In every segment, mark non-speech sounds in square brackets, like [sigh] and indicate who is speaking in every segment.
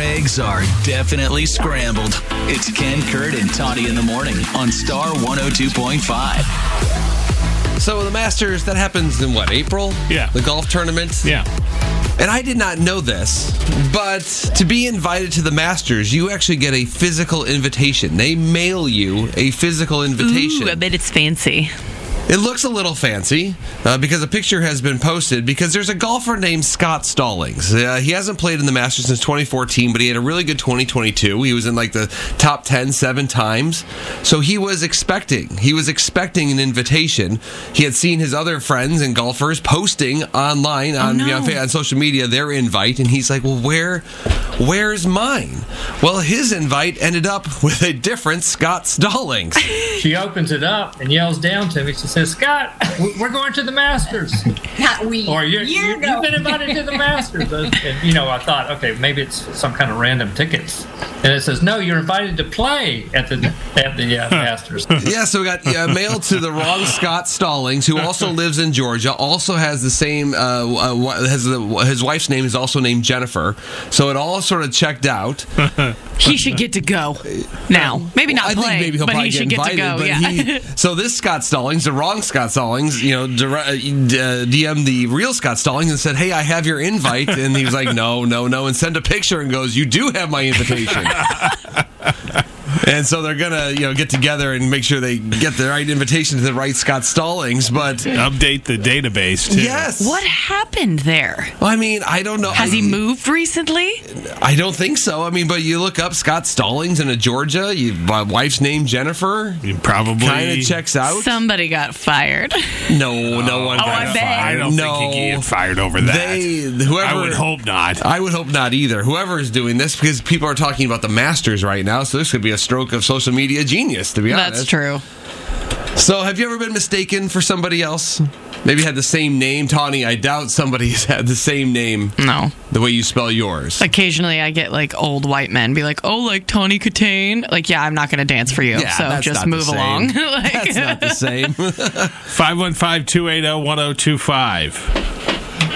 Speaker 1: Eggs are definitely scrambled. It's Ken Kurt and Toddy in the morning on Star 102.5.
Speaker 2: So the Masters that happens in what April?
Speaker 3: Yeah.
Speaker 2: the golf tournament.
Speaker 3: Yeah.
Speaker 2: And I did not know this, but to be invited to the Masters, you actually get a physical invitation. They mail you a physical invitation.
Speaker 4: Ooh, I bet it's fancy.
Speaker 2: It looks a little fancy uh, because a picture has been posted because there's a golfer named Scott Stallings. Uh, he hasn't played in the Masters since 2014, but he had a really good 2022. He was in like the top 10 seven times. So he was expecting, he was expecting an invitation. He had seen his other friends and golfers posting online on,
Speaker 4: no.
Speaker 2: you know, fa- on social media their invite and he's like, "Well, where where's mine?" Well, his invite ended up with a different Scott Stallings.
Speaker 5: She opens it up and yells down to me. She says, "Scott, we- we're going to the Masters."
Speaker 6: Not we.
Speaker 5: Or you're,
Speaker 6: year
Speaker 5: you,
Speaker 6: ago.
Speaker 5: have been invited to the Masters. And, you know, I thought, okay, maybe it's some kind of random tickets. And it says, "No, you're invited to play at the at the uh, Masters."
Speaker 2: [laughs] yeah, so we got uh, mailed to the wrong Scott Stallings, who also lives in Georgia. Also has the same. Uh, uh, wi- has the, his wife's name is also named Jennifer. So it all sort of checked out.
Speaker 4: He should get to go now. Maybe not
Speaker 2: I
Speaker 4: play,
Speaker 2: think maybe he'll
Speaker 4: but
Speaker 2: probably
Speaker 4: he should
Speaker 2: get
Speaker 4: get
Speaker 2: invited.
Speaker 4: to go.
Speaker 2: but
Speaker 4: Yeah.
Speaker 2: he,
Speaker 4: [laughs]
Speaker 2: so this Scott Stallings, the wrong Scott Stallings, you know, dire- uh, DM the real Scott Stallings and said, "Hey, I have your invite," and he was like, "No, no, no," and sent a picture and goes, "You do have my invitation." And so they're gonna, you know, get together and make sure they get the right invitation to the right Scott Stallings. But
Speaker 3: Update the database too.
Speaker 2: Yes.
Speaker 4: [laughs] what happened there?
Speaker 2: I mean, I don't know.
Speaker 4: Has
Speaker 2: I,
Speaker 4: he moved recently?
Speaker 2: I don't think so. I mean, but you look up Scott Stallings in a Georgia. You, my wife's name Jennifer.
Speaker 3: You probably
Speaker 2: Kind of checks out.
Speaker 4: Somebody got [laughs] fired.
Speaker 2: no, no one.
Speaker 4: Oh,
Speaker 2: got
Speaker 4: I bet.
Speaker 2: fired.
Speaker 4: I
Speaker 3: I don't
Speaker 2: no.
Speaker 3: think you can get fired over that.
Speaker 2: They, whoever.
Speaker 3: I would hope not.
Speaker 2: I would hope not either. Whoever is doing this, because people are talking about the Masters right now, so this could be a stroke of social media genius. To be honest,
Speaker 4: That's true.
Speaker 2: So, have you ever been mistaken for somebody else? Maybe had the same name, Tawny. I doubt somebody's [laughs] had the same name
Speaker 4: No.
Speaker 2: the way you spell yours.
Speaker 4: Occasionally, I get like old white men be like, "Oh, like Tony Katane." Like, yeah, I'm not going to dance for you.
Speaker 2: Yeah,
Speaker 4: so
Speaker 2: that's
Speaker 4: just
Speaker 2: not the
Speaker 4: move
Speaker 2: same.
Speaker 4: along. [laughs] like,
Speaker 2: That's not the same. [laughs]
Speaker 4: [laughs]
Speaker 3: 515 280 1025.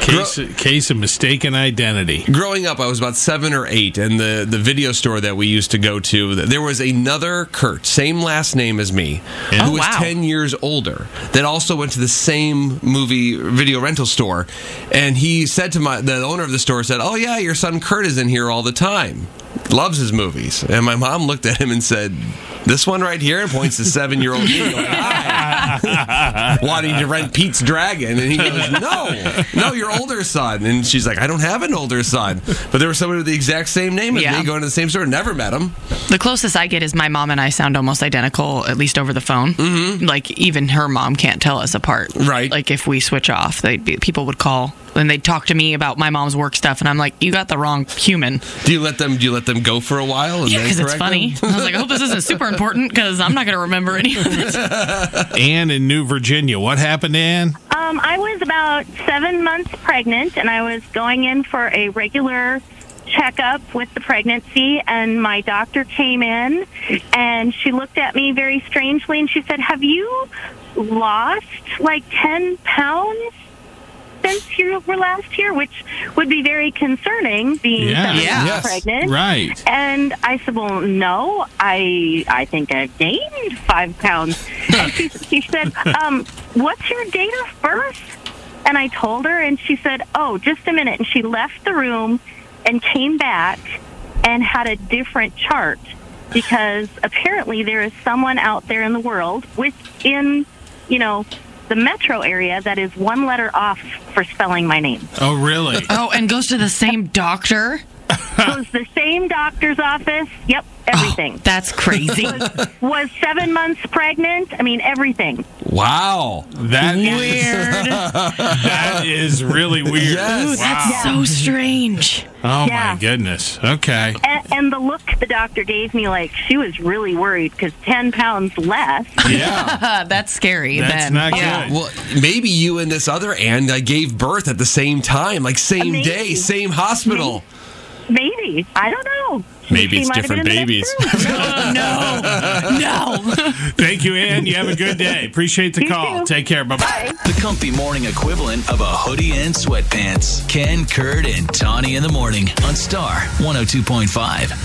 Speaker 3: Case, case of mistaken identity.
Speaker 2: Growing up, I was about seven or eight, and the, the video store that we used to go to, th- there was another Kurt, same last name as me,
Speaker 4: Oh,
Speaker 2: who was
Speaker 4: wow.
Speaker 2: 10 years older, that also went to the same movie video rental store. And he said to my, the owner of the store said, Oh, yeah, your son Kurt is in here all the time, loves his movies. And my mom looked at him and said, this one right here and points to seven year old me
Speaker 4: [laughs]
Speaker 2: going, "Hi," wanting to rent Pete's Dragon. And he goes, No, no, your older son. And she's like, I don't have an older son. But there was somebody with the exact same name as
Speaker 4: Yeah.
Speaker 2: me going to the same store, never met him.
Speaker 4: The closest I get is my mom and I sound almost identical, at least over the phone. Mm-hmm. Like even her mom can't tell us apart.
Speaker 2: Right.
Speaker 4: Like if we switch off, they would people would call and they'd talk to me about my mom's work stuff, and I'm like, "You got the wrong human."
Speaker 2: Do you let them do you let them go for a while? And
Speaker 4: Yeah,
Speaker 2: then
Speaker 4: because it's
Speaker 2: correct
Speaker 4: funny.
Speaker 2: them?
Speaker 4: I was like, "I hope this isn't super important because I'm not going to remember any of this."
Speaker 3: Ann in New Virginia. What happened, Ann?
Speaker 7: Um, I was about seven months pregnant, and I was going in for a regular checkup with the pregnancy. And my doctor came in, and she looked at me very strangely, and she said, "Have you lost like ten pounds?" Since you were last here, which would be very concerning, being
Speaker 3: Yeah.
Speaker 7: seven
Speaker 4: Yeah.
Speaker 7: months
Speaker 2: Yes.
Speaker 7: pregnant.
Speaker 3: Right.
Speaker 7: And I said, "Well, no, I I think I've gained five pounds." And she, she said, um, "What's your date of birth?" And I told her, and she said, "Oh, just a minute." And she left the room and came back and had a different chart because apparently there is someone out there in the world within, you know, the metro area that is one letter off for spelling my name.
Speaker 3: Oh, really?
Speaker 4: oh, and goes to the same doctor.
Speaker 7: It was the same doctor's office. Yep, everything.
Speaker 4: [laughs] That's crazy.
Speaker 7: was seven months pregnant. I mean, everything.
Speaker 2: Wow.
Speaker 3: That is,
Speaker 4: Weird.
Speaker 3: that is really weird.
Speaker 2: Yes. Ooh,
Speaker 3: wow.
Speaker 4: That's [laughs] so strange.
Speaker 3: oh,
Speaker 7: Yeah.
Speaker 3: my goodness. Okay.
Speaker 7: And, and the look the doctor gave me, like, she was really worried because 10 pounds less.
Speaker 3: Yeah.
Speaker 4: Uh, that's scary.
Speaker 3: That's
Speaker 4: then.
Speaker 3: not
Speaker 4: Yeah.
Speaker 3: good.
Speaker 2: Well, maybe you and this other Ann uh, gave birth at the same time, like same
Speaker 7: Amazing.
Speaker 2: day, same hospital.
Speaker 7: Maybe I don't know.
Speaker 6: Maybe it's
Speaker 7: might have been
Speaker 6: different
Speaker 7: in the
Speaker 6: babies.
Speaker 7: next room.
Speaker 4: [laughs] No. [laughs]
Speaker 3: Thank you, Ann. You have a good day. Appreciate the
Speaker 7: You
Speaker 3: call.
Speaker 7: too.
Speaker 3: Take care. Bye bye.
Speaker 1: The comfy morning equivalent of a hoodie and oh sweatpants. Ken Kurt and Tawny in the morning on Star 102.5.